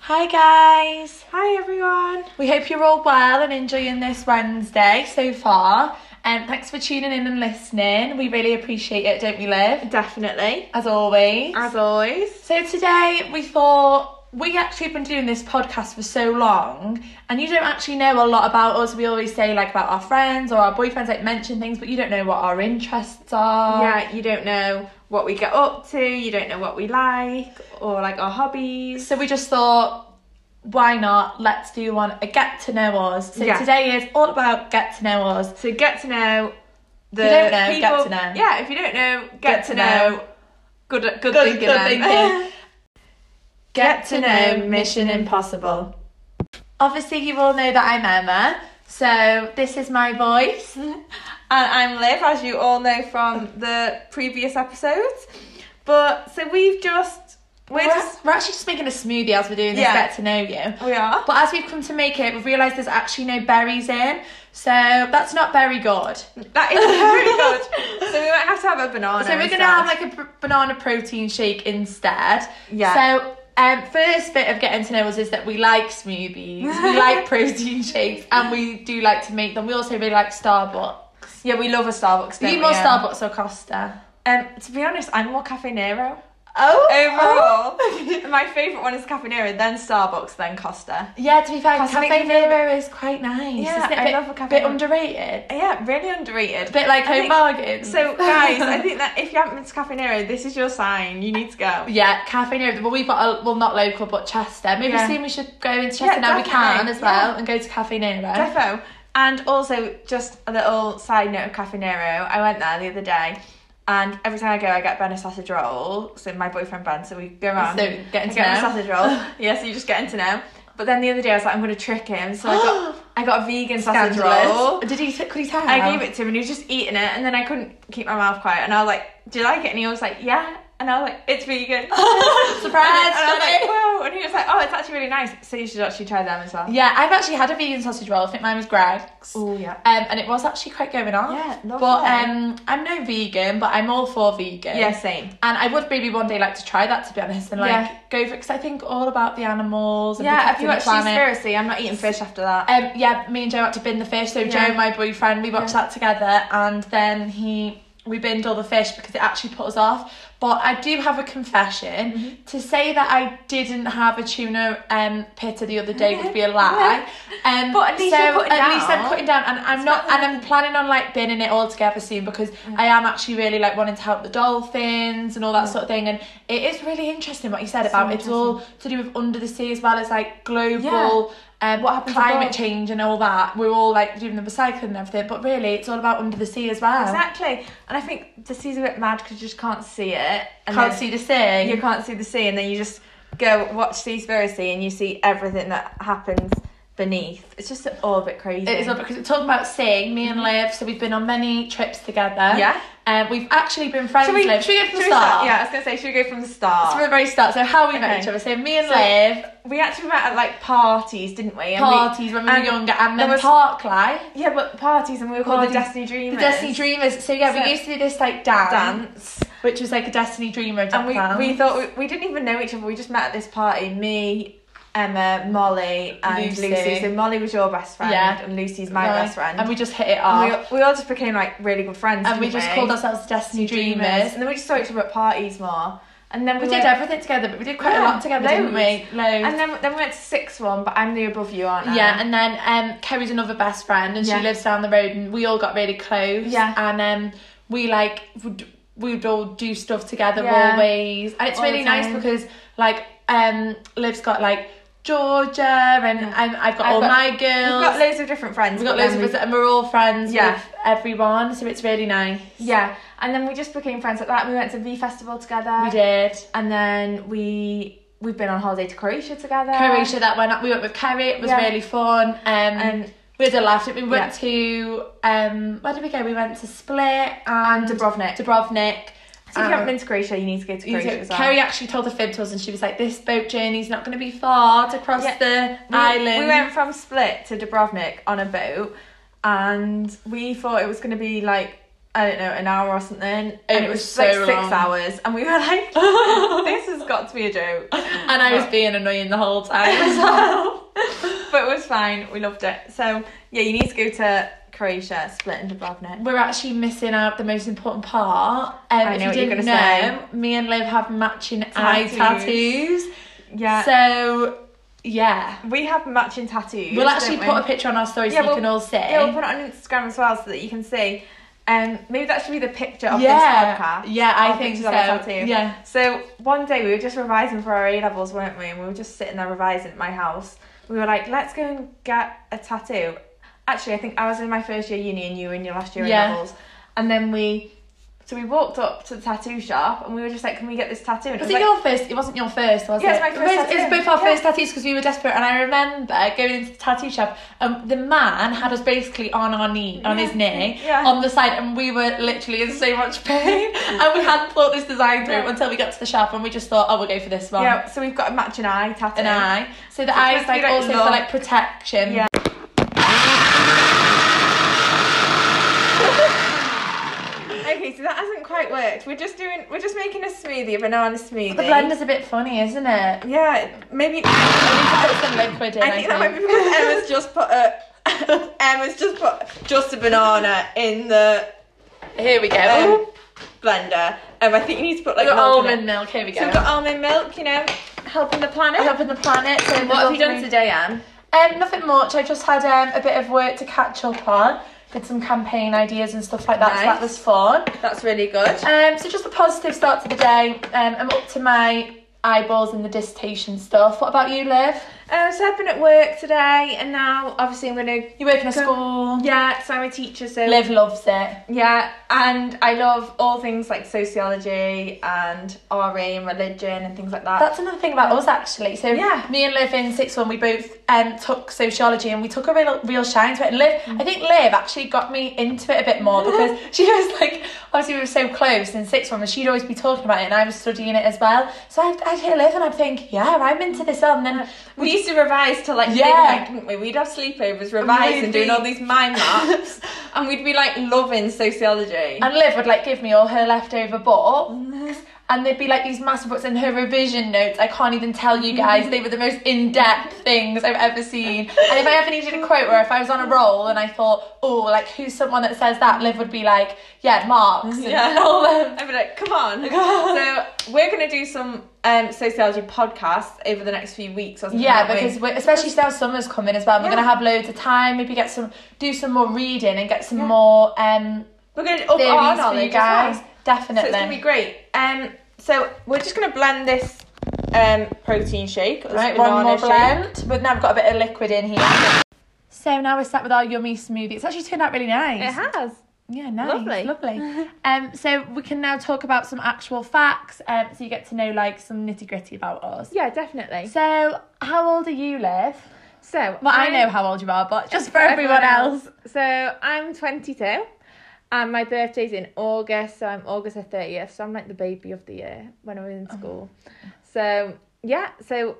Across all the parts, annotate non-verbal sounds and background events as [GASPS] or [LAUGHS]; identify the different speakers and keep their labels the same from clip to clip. Speaker 1: Hi guys!
Speaker 2: Hi everyone.
Speaker 1: We hope you're all well and enjoying this Wednesday so far. And thanks for tuning in and listening. We really appreciate it, don't we, Liv?
Speaker 2: Definitely.
Speaker 1: As always.
Speaker 2: As always.
Speaker 1: So today we thought we actually have been doing this podcast for so long, and you don't actually know a lot about us. We always say like about our friends or our boyfriends, like mention things, but you don't know what our interests are.
Speaker 2: Yeah, you don't know what we get up to, you don't know what we like, or like our hobbies.
Speaker 1: So we just thought, why not? Let's do one a get to know us. So
Speaker 2: Yeah.
Speaker 1: today is all about get to know us.
Speaker 2: So get to know the
Speaker 1: If you don't know, get
Speaker 2: people.
Speaker 1: to know.
Speaker 2: Yeah, if you don't know, get, to, know. Good, good,
Speaker 1: Good
Speaker 2: thinking.
Speaker 1: good
Speaker 2: then. [LAUGHS]
Speaker 1: thinking. Get to know Mission Impossible. Obviously, you all know that I'm Emma, so this is my voice.
Speaker 2: And I'm Liv, as you all know from the previous episodes. But so we've just we're
Speaker 1: We're,
Speaker 2: just
Speaker 1: we're actually just making a smoothie as we're doing this
Speaker 2: Yeah.
Speaker 1: Get to Know You.
Speaker 2: we are.
Speaker 1: But as we've come to make it, we've realised there's actually no berries in, so that's not very good.
Speaker 2: That
Speaker 1: [LAUGHS]
Speaker 2: is pretty good. So we might have to have a banana.
Speaker 1: So we're
Speaker 2: instead.
Speaker 1: gonna have like a b- banana protein shake instead.
Speaker 2: Yeah.
Speaker 1: So um, first bit of getting to know us is that we like smoothies, we
Speaker 2: [LAUGHS]
Speaker 1: like protein shakes, and we do like to make them. We also really like Starbucks.
Speaker 2: yeah, we love a Starbucks.
Speaker 1: Are
Speaker 2: don't
Speaker 1: you
Speaker 2: we,
Speaker 1: more
Speaker 2: yeah?
Speaker 1: Starbucks or Costa?
Speaker 2: Um, to be honest, I'm more Cafe Nero.
Speaker 1: Oh,
Speaker 2: Overall, [LAUGHS] my favourite one is Cafe Nero, then Starbucks, then Costa.
Speaker 1: [LAUGHS] yeah. To be fair,
Speaker 2: Costa
Speaker 1: Cafe
Speaker 2: makes me feel-
Speaker 1: Nero is quite nice.
Speaker 2: Yeah,
Speaker 1: isn't it?
Speaker 2: I
Speaker 1: bit,
Speaker 2: love a Cafe
Speaker 1: bit
Speaker 2: Nero.
Speaker 1: underrated,
Speaker 2: Yeah, really underrated.
Speaker 1: a bit like
Speaker 2: I
Speaker 1: home
Speaker 2: think-
Speaker 1: bargains.
Speaker 2: so,
Speaker 1: [LAUGHS]
Speaker 2: guys, I think that if you haven't been to Cafe Nero, this is your sign. You need to go.
Speaker 1: Yeah, Cafe Nero. Well, we've got a, well, not local, but Chester. Maybe
Speaker 2: Yeah.
Speaker 1: soon we should go into Chester now. We
Speaker 2: definitely,
Speaker 1: can as
Speaker 2: yeah.
Speaker 1: well and go to Cafe Nero.
Speaker 2: Defo. And also, just a little side note of Cafe Nero. I went there the other day, and every time I go, I get Ben a sausage roll. So my boyfriend Ben. So we go around.
Speaker 1: So,
Speaker 2: I
Speaker 1: getting to
Speaker 2: get him a
Speaker 1: know. [LAUGHS]
Speaker 2: sausage roll. yeah, so you just getting to know. But then the other day, I was like, I'm going to trick him. So
Speaker 1: [GASPS]
Speaker 2: I got I got a vegan
Speaker 1: [LAUGHS]
Speaker 2: sausage roll.
Speaker 1: Did he? Could he tell?
Speaker 2: I gave it to him and he was just eating it and then I couldn't keep my mouth quiet and I was like, Do you like it? And he was like, Yeah and I was like, It's
Speaker 1: [LAUGHS]
Speaker 2: vegan.
Speaker 1: Surprise!
Speaker 2: and I was like, Whoa and he was like, Oh, it's actually really nice. So you should actually try them as
Speaker 1: [LAUGHS]
Speaker 2: well.
Speaker 1: yeah, I've actually had a vegan sausage roll. I think mine was Greg's.
Speaker 2: Oh yeah.
Speaker 1: Um, and it was actually quite going on.
Speaker 2: Yeah, lovely.
Speaker 1: But um, I'm no vegan, but I'm all for vegan.
Speaker 2: Yeah, same.
Speaker 1: And I would really one day like to try that to be honest, and like
Speaker 2: Yeah.
Speaker 1: go for because I think all about the animals. And
Speaker 2: Yeah, if you watch
Speaker 1: protecting the planet.
Speaker 2: Conspiracy, I'm not eating fish after that.
Speaker 1: Um, yeah, me and Joe had to bin the fish. So
Speaker 2: Yeah.
Speaker 1: Joe, my boyfriend, we watched
Speaker 2: Yeah.
Speaker 1: that together, and then he we binned all the fish because it actually put us off. But I do have a confession
Speaker 2: Mm-hmm.
Speaker 1: to say that I didn't have a tuna um pitta the other day would be a lie. Um,
Speaker 2: But at least
Speaker 1: so
Speaker 2: you're cutting
Speaker 1: at least I'm
Speaker 2: down.
Speaker 1: cutting down, and I'm not,
Speaker 2: better
Speaker 1: and I'm planning on like binning it all together soon because I am actually really like wanting to help the dolphins and all that sort of thing. And it is really interesting what you said about it's all to do with under the sea as well as like global um,
Speaker 2: What happens
Speaker 1: climate
Speaker 2: above?
Speaker 1: change and all that. We're all like doing the recycling and everything, but really it's all about under the sea as well.
Speaker 2: Exactly. And I think the sea's a bit mad because you just can't see it. And
Speaker 1: Can't
Speaker 2: then
Speaker 1: see the sea.
Speaker 2: you can't see the sea and then you just go watch Seaspiracy and you see everything that happens beneath. It's just all a bit crazy.
Speaker 1: It is all because we're talking about seeing me and Liv, so we've been on many trips together.
Speaker 2: Mm-hmm. Yeah.
Speaker 1: And we've actually been friends,
Speaker 2: Should we,
Speaker 1: Liv. Should we go
Speaker 2: should
Speaker 1: from the start?
Speaker 2: Yeah, I was gonna say, should we go from the
Speaker 1: It's
Speaker 2: start?
Speaker 1: From the very start, so how we met
Speaker 2: Okay.
Speaker 1: each other. So me and
Speaker 2: So-
Speaker 1: Liv,
Speaker 2: we actually met at like parties, didn't we? And we-
Speaker 1: parties when we were
Speaker 2: and
Speaker 1: younger, and
Speaker 2: there
Speaker 1: then
Speaker 2: was-
Speaker 1: park life.
Speaker 2: yeah, but parties, and we were called the
Speaker 1: Parties.
Speaker 2: Destiny
Speaker 1: The
Speaker 2: Dreamers.
Speaker 1: Destiny Dreamers. So yeah,
Speaker 2: So-
Speaker 1: we used to do this like dance,
Speaker 2: dance,
Speaker 1: which was like a Destiny Dreamer
Speaker 2: and we
Speaker 1: dance.
Speaker 2: we thought we, we didn't even know each other. We just met at this party. Me, Emma, Molly, and
Speaker 1: Lucy.
Speaker 2: Lucy. So Molly was your best friend,
Speaker 1: Yeah.
Speaker 2: and Lucy's my
Speaker 1: Right.
Speaker 2: best friend.
Speaker 1: and we just hit it off.
Speaker 2: And we, we all just became like really good friends,
Speaker 1: and we
Speaker 2: didn't
Speaker 1: just called ourselves the Destiny Dreamers.
Speaker 2: and then we just saw each other at parties more. And then we,
Speaker 1: We did
Speaker 2: went-
Speaker 1: everything together, but we did quite a
Speaker 2: Yeah,
Speaker 1: lot together, didn't
Speaker 2: loads.
Speaker 1: we? Loads.
Speaker 2: And then then we went to sixth one, but I'm the above you, aren't I?
Speaker 1: yeah, and then um, Kerry's another best friend, and
Speaker 2: Yeah.
Speaker 1: she lives down the road, and we all got really close.
Speaker 2: Yeah.
Speaker 1: and um, we like would we'd all do stuff together
Speaker 2: Yeah.
Speaker 1: always, and it's
Speaker 2: All the
Speaker 1: really nice
Speaker 2: time.
Speaker 1: because like um, Liv's got like Georgia, and
Speaker 2: Yeah.
Speaker 1: um, I've got
Speaker 2: I've
Speaker 1: all
Speaker 2: got-
Speaker 1: my girls.
Speaker 2: we've got loads of different friends.
Speaker 1: We've got
Speaker 2: but
Speaker 1: loads
Speaker 2: then
Speaker 1: of
Speaker 2: we-
Speaker 1: us, and we're all friends
Speaker 2: Yeah.
Speaker 1: with everyone, so it's really nice.
Speaker 2: Yeah, and then we just became friends like that. We went to V Festival together.
Speaker 1: We did.
Speaker 2: And then we we've been on holiday to Croatia together.
Speaker 1: Croatia that went up. We went with Kerry. It was
Speaker 2: Yeah.
Speaker 1: really fun. Um,
Speaker 2: And-
Speaker 1: we had a laugh. didn't We We went to um, where did we go? We went to Split and
Speaker 2: Dubrovnik.
Speaker 1: Dubrovnik.
Speaker 2: So if
Speaker 1: Um,
Speaker 2: you haven't been to Croatia, you need to go to
Speaker 1: you
Speaker 2: Croatia
Speaker 1: know,
Speaker 2: as well.
Speaker 1: Kerry actually told the fib to us, and she was like, "This boat journey's not going to be far to cross
Speaker 2: Yeah.
Speaker 1: the
Speaker 2: we,
Speaker 1: island."
Speaker 2: We went [LAUGHS] from Split to Dubrovnik on a boat, and we thought it was going to be like I don't know, an hour or something. And it,
Speaker 1: was
Speaker 2: was,
Speaker 1: so
Speaker 2: like six
Speaker 1: long.
Speaker 2: hours. And we were like, [LAUGHS] this has got to be
Speaker 1: [LAUGHS]
Speaker 2: a joke.
Speaker 1: [LAUGHS] And I was being annoying the whole time.
Speaker 2: [LAUGHS] but it was fine. We loved it. So, yeah, you need to go to Croatia, Split and Dubrovnik.
Speaker 1: We're actually missing out the most important part. Um,
Speaker 2: know
Speaker 1: if you
Speaker 2: what you're
Speaker 1: didn't
Speaker 2: gonna say.
Speaker 1: know, me and Liv have matching eye
Speaker 2: Tattoos.
Speaker 1: tattoos.
Speaker 2: Yeah.
Speaker 1: So, yeah.
Speaker 2: we have matching tattoos.
Speaker 1: We'll actually
Speaker 2: don't
Speaker 1: put
Speaker 2: we?
Speaker 1: a picture on our story so
Speaker 2: Yeah, we'll-
Speaker 1: you can all see.
Speaker 2: Yeah, we'll put it on Instagram as well so that you can see. Um, maybe that should be the picture of
Speaker 1: yeah,
Speaker 2: this podcast.
Speaker 1: yeah, I
Speaker 2: Our
Speaker 1: think
Speaker 2: pictures
Speaker 1: so.
Speaker 2: of our tattoo.
Speaker 1: Yeah,
Speaker 2: So one day we were just revising for our A levels, weren't we? And we were just sitting there revising at my house. We were like, let's go and get a tattoo. Actually, I think I was in my first year uni and you were in your last year
Speaker 1: Yeah.
Speaker 2: A levels. And then we, so we walked up to the tattoo shop and we were just like, can we get this tattoo? And
Speaker 1: was
Speaker 2: it
Speaker 1: it
Speaker 2: was like,
Speaker 1: your first? It wasn't your first, was
Speaker 2: Yeah,
Speaker 1: it?
Speaker 2: it's my first
Speaker 1: It was, it was
Speaker 2: tattoo.
Speaker 1: both our
Speaker 2: Yeah.
Speaker 1: first tattoos because we were desperate. And I remember going into the tattoo shop, and the man had us basically on our knee, on his
Speaker 2: Yeah.
Speaker 1: knee,
Speaker 2: Yeah.
Speaker 1: on the side, and we were literally in so much
Speaker 2: [LAUGHS]
Speaker 1: pain. and we hadn't thought this design through
Speaker 2: Yeah.
Speaker 1: until we got to the shop, and we just thought, oh, we'll go for this one.
Speaker 2: yeah, so we've got a matching eye tattoo.
Speaker 1: An eye. So the
Speaker 2: It's
Speaker 1: eyes
Speaker 2: supposed to
Speaker 1: like
Speaker 2: be like
Speaker 1: also
Speaker 2: love.
Speaker 1: for like protection.
Speaker 2: Yeah. Okay, so that hasn't quite worked. We're just doing, we're just making a smoothie, a banana smoothie.
Speaker 1: The blender's a bit funny, isn't it?
Speaker 2: Yeah, maybe.
Speaker 1: I need to put some liquid in.
Speaker 2: I think that might be because Emma's just put a [LAUGHS] Emma's just put just a banana in the
Speaker 1: Here we go.
Speaker 2: um, blender. Um, I think you need to put like
Speaker 1: We've got
Speaker 2: milk in it.
Speaker 1: almond milk. Here we go.
Speaker 2: So we've got almond milk, you know, helping the planet.
Speaker 1: helping the planet. So
Speaker 2: what have you done
Speaker 1: today?
Speaker 2: today, Anne?
Speaker 1: Um, nothing much. I just had um, a bit of work to catch up on. Did some campaign ideas and stuff like that. So
Speaker 2: Nice.
Speaker 1: that was fun.
Speaker 2: That's really good.
Speaker 1: Um, so just a positive start to the day. Um, I'm up to my eyeballs in the dissertation stuff. What about you, Liv?
Speaker 2: Um, so I've been at work today, and now obviously I'm gonna.
Speaker 1: You work in a
Speaker 2: Go-
Speaker 1: school.
Speaker 2: Yeah, so I'm a teacher, so
Speaker 1: Liv loves it.
Speaker 2: Yeah, and I love all things like sociology and RE and religion and things like that.
Speaker 1: That's another thing about us actually. So
Speaker 2: Yeah.
Speaker 1: me and Liv in six one, we both um took sociology and we took a real real shine to it. And Liv, I think Liv actually got me into it a bit more
Speaker 2: [LAUGHS]
Speaker 1: because she was like, obviously we were so close in six one, and she'd always be talking about it, and I was studying it as well. So I'd, I'd hear Liv and I'd think, yeah, I'm into this, and then
Speaker 2: We used to revise till like
Speaker 1: Yeah.
Speaker 2: midnight, didn't we? We'd have sleepovers, revise,
Speaker 1: we'd
Speaker 2: and doing
Speaker 1: be-
Speaker 2: all these mind
Speaker 1: [LAUGHS]
Speaker 2: maps, and we'd be like loving sociology.
Speaker 1: and Liv would like give me all her leftover
Speaker 2: Mm-hmm.
Speaker 1: books. And there'd be like these massive books in her revision notes. I can't even tell you
Speaker 2: Mm-hmm.
Speaker 1: guys. They were the most in depth things I've ever seen. And if I ever needed a quote or if I was on a roll and I thought, oh, like who's someone that says that? Liv would be like, yeah, Marx. And
Speaker 2: Yeah.
Speaker 1: [LAUGHS] all them.
Speaker 2: I'd be like, come on.
Speaker 1: [LAUGHS]
Speaker 2: so we're gonna do some um, sociology podcasts over the next few weeks or something.
Speaker 1: Yeah,
Speaker 2: aren't we?
Speaker 1: because we're, especially now summer's coming as well. We're
Speaker 2: Yeah.
Speaker 1: gonna have loads of time. Maybe get some, do some more reading and get some
Speaker 2: Yeah. Oh,
Speaker 1: more um
Speaker 2: we're gonna up our
Speaker 1: theories for
Speaker 2: knowledge
Speaker 1: you guys.
Speaker 2: As well. So
Speaker 1: Definitely.
Speaker 2: it's gonna be great. Um, so we're just gonna blend this um, protein shake. or this
Speaker 1: Right, one
Speaker 2: banana
Speaker 1: more
Speaker 2: shake.
Speaker 1: blend. But now I've got a bit of liquid in here. So now we're set with our yummy smoothie. It's actually turned out really nice.
Speaker 2: It has.
Speaker 1: Yeah, nice.
Speaker 2: Lovely.
Speaker 1: Lovely. [LAUGHS] Lovely. um, so we can now talk about some actual facts um, so you get to know like some nitty gritty about us.
Speaker 2: Yeah, definitely.
Speaker 1: So, how old are you, Liv?
Speaker 2: So
Speaker 1: Well, I know how old you are, but just for
Speaker 2: everyone,
Speaker 1: everyone else.
Speaker 2: else. So I'm 22, and my birthday's in August. So I'm August the 30th. So I'm like the baby of the year when I was
Speaker 1: Oh.
Speaker 2: in school. So yeah. So,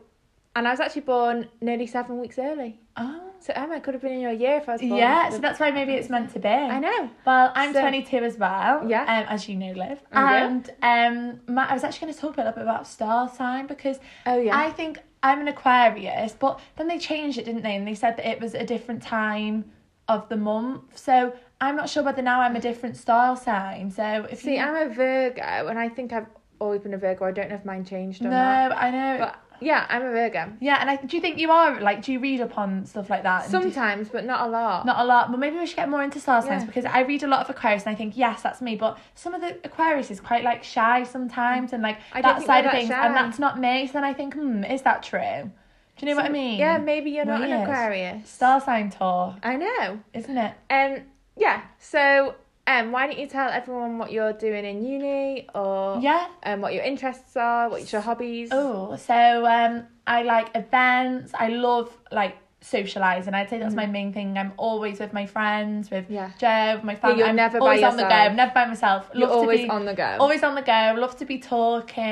Speaker 2: and I was actually born nearly seven weeks early.
Speaker 1: Oh.
Speaker 2: So Emma could have been in your year if I was born.
Speaker 1: Yeah,
Speaker 2: the-
Speaker 1: so that's why maybe it's meant to be.
Speaker 2: I know.
Speaker 1: Well, I'm
Speaker 2: So-
Speaker 1: 22 as well.
Speaker 2: Yeah.
Speaker 1: Um, as you know, Liv.
Speaker 2: Yeah.
Speaker 1: And um, my, I was actually going to talk a little bit about star sign because
Speaker 2: Oh yeah.
Speaker 1: I think I'm an Aquarius, but then they changed it, didn't they? And they said that it was a different time of the month. So I'm not sure whether now I'm a different style sign. So if
Speaker 2: See,
Speaker 1: you
Speaker 2: I'm a Virgo, and I think I've always been a Virgo. I don't know if mine changed
Speaker 1: no,
Speaker 2: or not.
Speaker 1: I know.
Speaker 2: But yeah, I'm a Virgo.
Speaker 1: yeah, and I do you think you are like do you read up on stuff like that? And do-
Speaker 2: Sometimes, but not a lot.
Speaker 1: not a lot, but maybe we should get more into star signs
Speaker 2: Yeah.
Speaker 1: because I read a lot of Aquarius and I think yes, that's me. But some of the Aquarius is quite like shy sometimes and like
Speaker 2: I don't
Speaker 1: that
Speaker 2: think
Speaker 1: side
Speaker 2: they're
Speaker 1: of
Speaker 2: that
Speaker 1: things,
Speaker 2: shy.
Speaker 1: and that's not me. So then I think, hmm, is that true? Do you know what I
Speaker 2: Some-
Speaker 1: mean?
Speaker 2: Yeah, maybe you're not an
Speaker 1: Weird.
Speaker 2: Aquarius.
Speaker 1: star sign talk,
Speaker 2: I know.
Speaker 1: isn't it?
Speaker 2: Um, yeah. So, um, why don't you tell everyone what you're doing in uni, or
Speaker 1: Yeah.
Speaker 2: um, what your interests are, what's your hobbies?
Speaker 1: Oh, so um, I like events. I love like socializing. I'd say that's my main thing. I'm always with my friends, with
Speaker 2: Mm-hmm. Yeah.
Speaker 1: Joe, with my family.
Speaker 2: you're
Speaker 1: I'm
Speaker 2: never by
Speaker 1: always on the go.
Speaker 2: yourself.
Speaker 1: I'm never by myself.
Speaker 2: you're
Speaker 1: Love to
Speaker 2: always
Speaker 1: be-
Speaker 2: on the go.
Speaker 1: always on the go. Love to be talking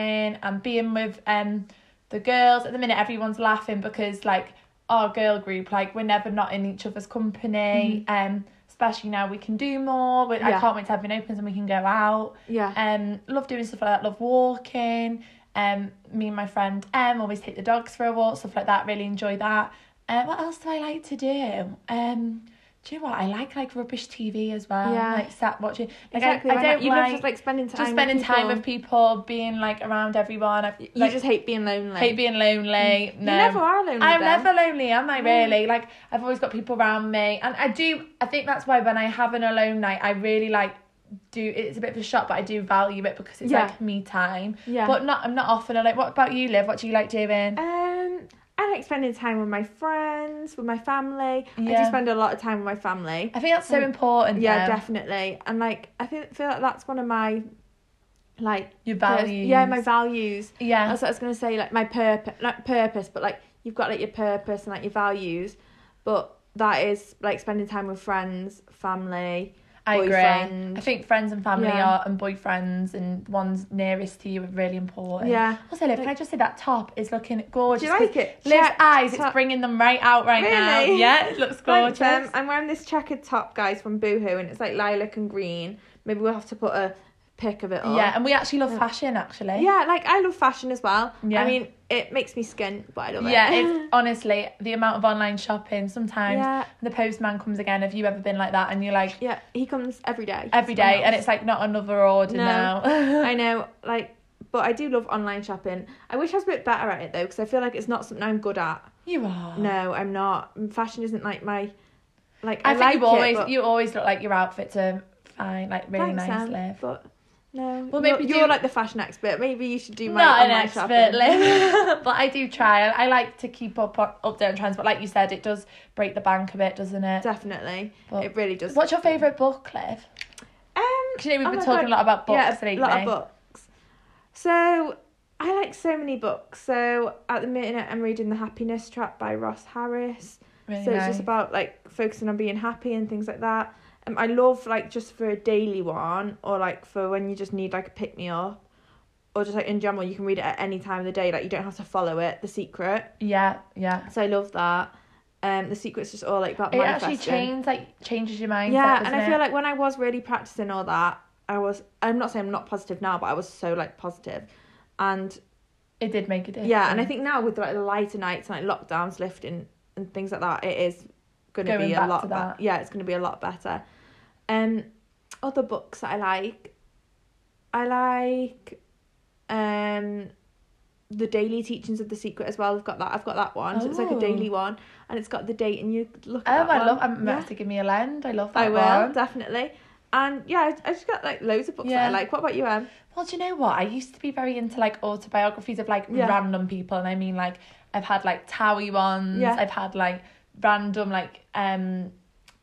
Speaker 1: and being with um the girls. At the minute, everyone's laughing because like our girl group, like we're never not in each other's company. Um, especially now we can do more. We, I
Speaker 2: Mm-hmm. Yeah.
Speaker 1: can't wait to have been opens and we can go out.
Speaker 2: Yeah.
Speaker 1: Um, love doing stuff like that. Love walking. Um, me and my friend Em always take the dogs for a walk, stuff like that. Really enjoy that. Uh, what else do I like to do? Um, do you know what I like? Like rubbish TV as well.
Speaker 2: Yeah.
Speaker 1: Like sat watching. Like
Speaker 2: exactly.
Speaker 1: I,
Speaker 2: why
Speaker 1: I
Speaker 2: not?
Speaker 1: don't
Speaker 2: you
Speaker 1: like,
Speaker 2: love just like spending time.
Speaker 1: just spending
Speaker 2: with
Speaker 1: time
Speaker 2: people.
Speaker 1: with people, being like around everyone. I
Speaker 2: You
Speaker 1: like,
Speaker 2: just hate being lonely.
Speaker 1: hate being lonely.
Speaker 2: You
Speaker 1: No.
Speaker 2: never are lonely.
Speaker 1: I'm
Speaker 2: though.
Speaker 1: never lonely, am I
Speaker 2: No.
Speaker 1: really? Like I've always got people around me, and I do. I think that's why when I have an alone night, I really like do. It's a bit of a shock, but I do value it because it's
Speaker 2: Yeah.
Speaker 1: like me time.
Speaker 2: Yeah.
Speaker 1: But not. I'm not often alone. What about you, Liv? What do you like doing?
Speaker 2: um, I like spending time with my friends, with my family. I do
Speaker 1: Yeah.
Speaker 2: spend a lot of time with my family.
Speaker 1: I think that's so
Speaker 2: Mm.
Speaker 1: important.
Speaker 2: Yeah,
Speaker 1: though.
Speaker 2: definitely. And like, I think feel like that's one of my, like,
Speaker 1: Your
Speaker 2: pers-
Speaker 1: values.
Speaker 2: yeah, my values.
Speaker 1: Yeah.
Speaker 2: That's what I was gonna say. Like my purpose, not purpose, but like you've got like your purpose and like your values, but that is like spending time with friends, family.
Speaker 1: I
Speaker 2: boyfriend.
Speaker 1: agree. I think friends and family
Speaker 2: Yeah.
Speaker 1: are and boyfriends and ones nearest to you are really important.
Speaker 2: Yeah.
Speaker 1: Also, Liv, can I just say that top is looking gorgeous?
Speaker 2: Do you like it?
Speaker 1: Liv's
Speaker 2: Check
Speaker 1: eyes,
Speaker 2: top.
Speaker 1: it's bringing them right out right now.
Speaker 2: Really?
Speaker 1: Yeah, it looks
Speaker 2: Thanks,
Speaker 1: gorgeous.
Speaker 2: um, I'm wearing this checkered top, guys, from Boohoo, and it's like lilac and green. Maybe we'll have to put a pic of it on.
Speaker 1: Yeah, and we actually love fashion, actually.
Speaker 2: Oh. Yeah, like I love fashion as well.
Speaker 1: Yeah.
Speaker 2: I mean, it makes me skint, but I love it.
Speaker 1: Yeah,
Speaker 2: [LAUGHS]
Speaker 1: it's honestly the amount of online shopping. Sometimes
Speaker 2: Yeah.
Speaker 1: the postman comes again. Have you ever been like that? And you're like
Speaker 2: yeah, he comes every day.
Speaker 1: every
Speaker 2: to my
Speaker 1: day, and
Speaker 2: house.
Speaker 1: it's like not another order
Speaker 2: No.
Speaker 1: now.
Speaker 2: [LAUGHS] I know, like, but I do love online shopping. I wish I was a bit better at it though, because I feel like it's not something I'm good at.
Speaker 1: [LAUGHS] you are.
Speaker 2: No, I'm not. Fashion isn't like my, like I,
Speaker 1: I, think you
Speaker 2: like it,
Speaker 1: always
Speaker 2: but-
Speaker 1: you always look like your outfits are fine, like really
Speaker 2: Thanks,
Speaker 1: nice,
Speaker 2: Em,
Speaker 1: Liv.
Speaker 2: But no,
Speaker 1: Well,
Speaker 2: you're,
Speaker 1: maybe
Speaker 2: you're
Speaker 1: do-
Speaker 2: like the fashion expert. Maybe you should do my
Speaker 1: Not an
Speaker 2: online
Speaker 1: expert,
Speaker 2: shopping.
Speaker 1: Liv, [LAUGHS] but I do try. I, I like to keep up on update on trends. But like you said, it does break the bank a bit, doesn't it?
Speaker 2: [LAUGHS] Definitely,
Speaker 1: But-
Speaker 2: it really does.
Speaker 1: What's your favourite book, Liv?
Speaker 2: Um,
Speaker 1: 'Cause you know we've
Speaker 2: oh
Speaker 1: been
Speaker 2: my
Speaker 1: talking
Speaker 2: God.
Speaker 1: a lot about books
Speaker 2: yeah,
Speaker 1: lately.
Speaker 2: a lot of books. So I like so many books. So at the minute, I'm reading The Happiness Trap by Ross Harris.
Speaker 1: Really
Speaker 2: so it's
Speaker 1: nice.
Speaker 2: just about like focusing on being happy and things like that. Um, I love like just for a daily one or like for when you just need like a pick me up. Or just like in general, you can read it at any time of the day. Like you don't have to follow it. The Secret.
Speaker 1: yeah, yeah.
Speaker 2: So I love that. Um, The Secret's just all like about
Speaker 1: It actually
Speaker 2: manifesting.
Speaker 1: changes, like changes your mindset.
Speaker 2: Yeah,
Speaker 1: doesn't
Speaker 2: and I
Speaker 1: it?
Speaker 2: feel like when I was really practicing all that, I was I'm not saying I'm not positive now, but I was so like positive. And
Speaker 1: it did make a difference.
Speaker 2: yeah, and I think now with like the lighter nights and like lockdowns lifting and things like that, it is gonna
Speaker 1: Going
Speaker 2: be a
Speaker 1: back
Speaker 2: lot
Speaker 1: to
Speaker 2: be-
Speaker 1: that.
Speaker 2: yeah, it's gonna be a lot better. Um other books that I like I like um the daily teachings of the secret as well. I've got that. I've got that one. So it's like a
Speaker 1: Oh.
Speaker 2: daily one, and it's got the date, and you look.
Speaker 1: Oh,
Speaker 2: At that
Speaker 1: I
Speaker 2: one.
Speaker 1: love. I'm
Speaker 2: Yeah.
Speaker 1: about to give me a lend. I love that
Speaker 2: I will
Speaker 1: one.
Speaker 2: definitely. And yeah, I, I just got like loads of books that I
Speaker 1: Yeah.
Speaker 2: like. What about you, Em?
Speaker 1: Well, do you know what? I used to be very into like autobiographies of like
Speaker 2: Yeah.
Speaker 1: random people, and I mean like I've had like Towie ones.
Speaker 2: Yeah.
Speaker 1: I've had like random like um.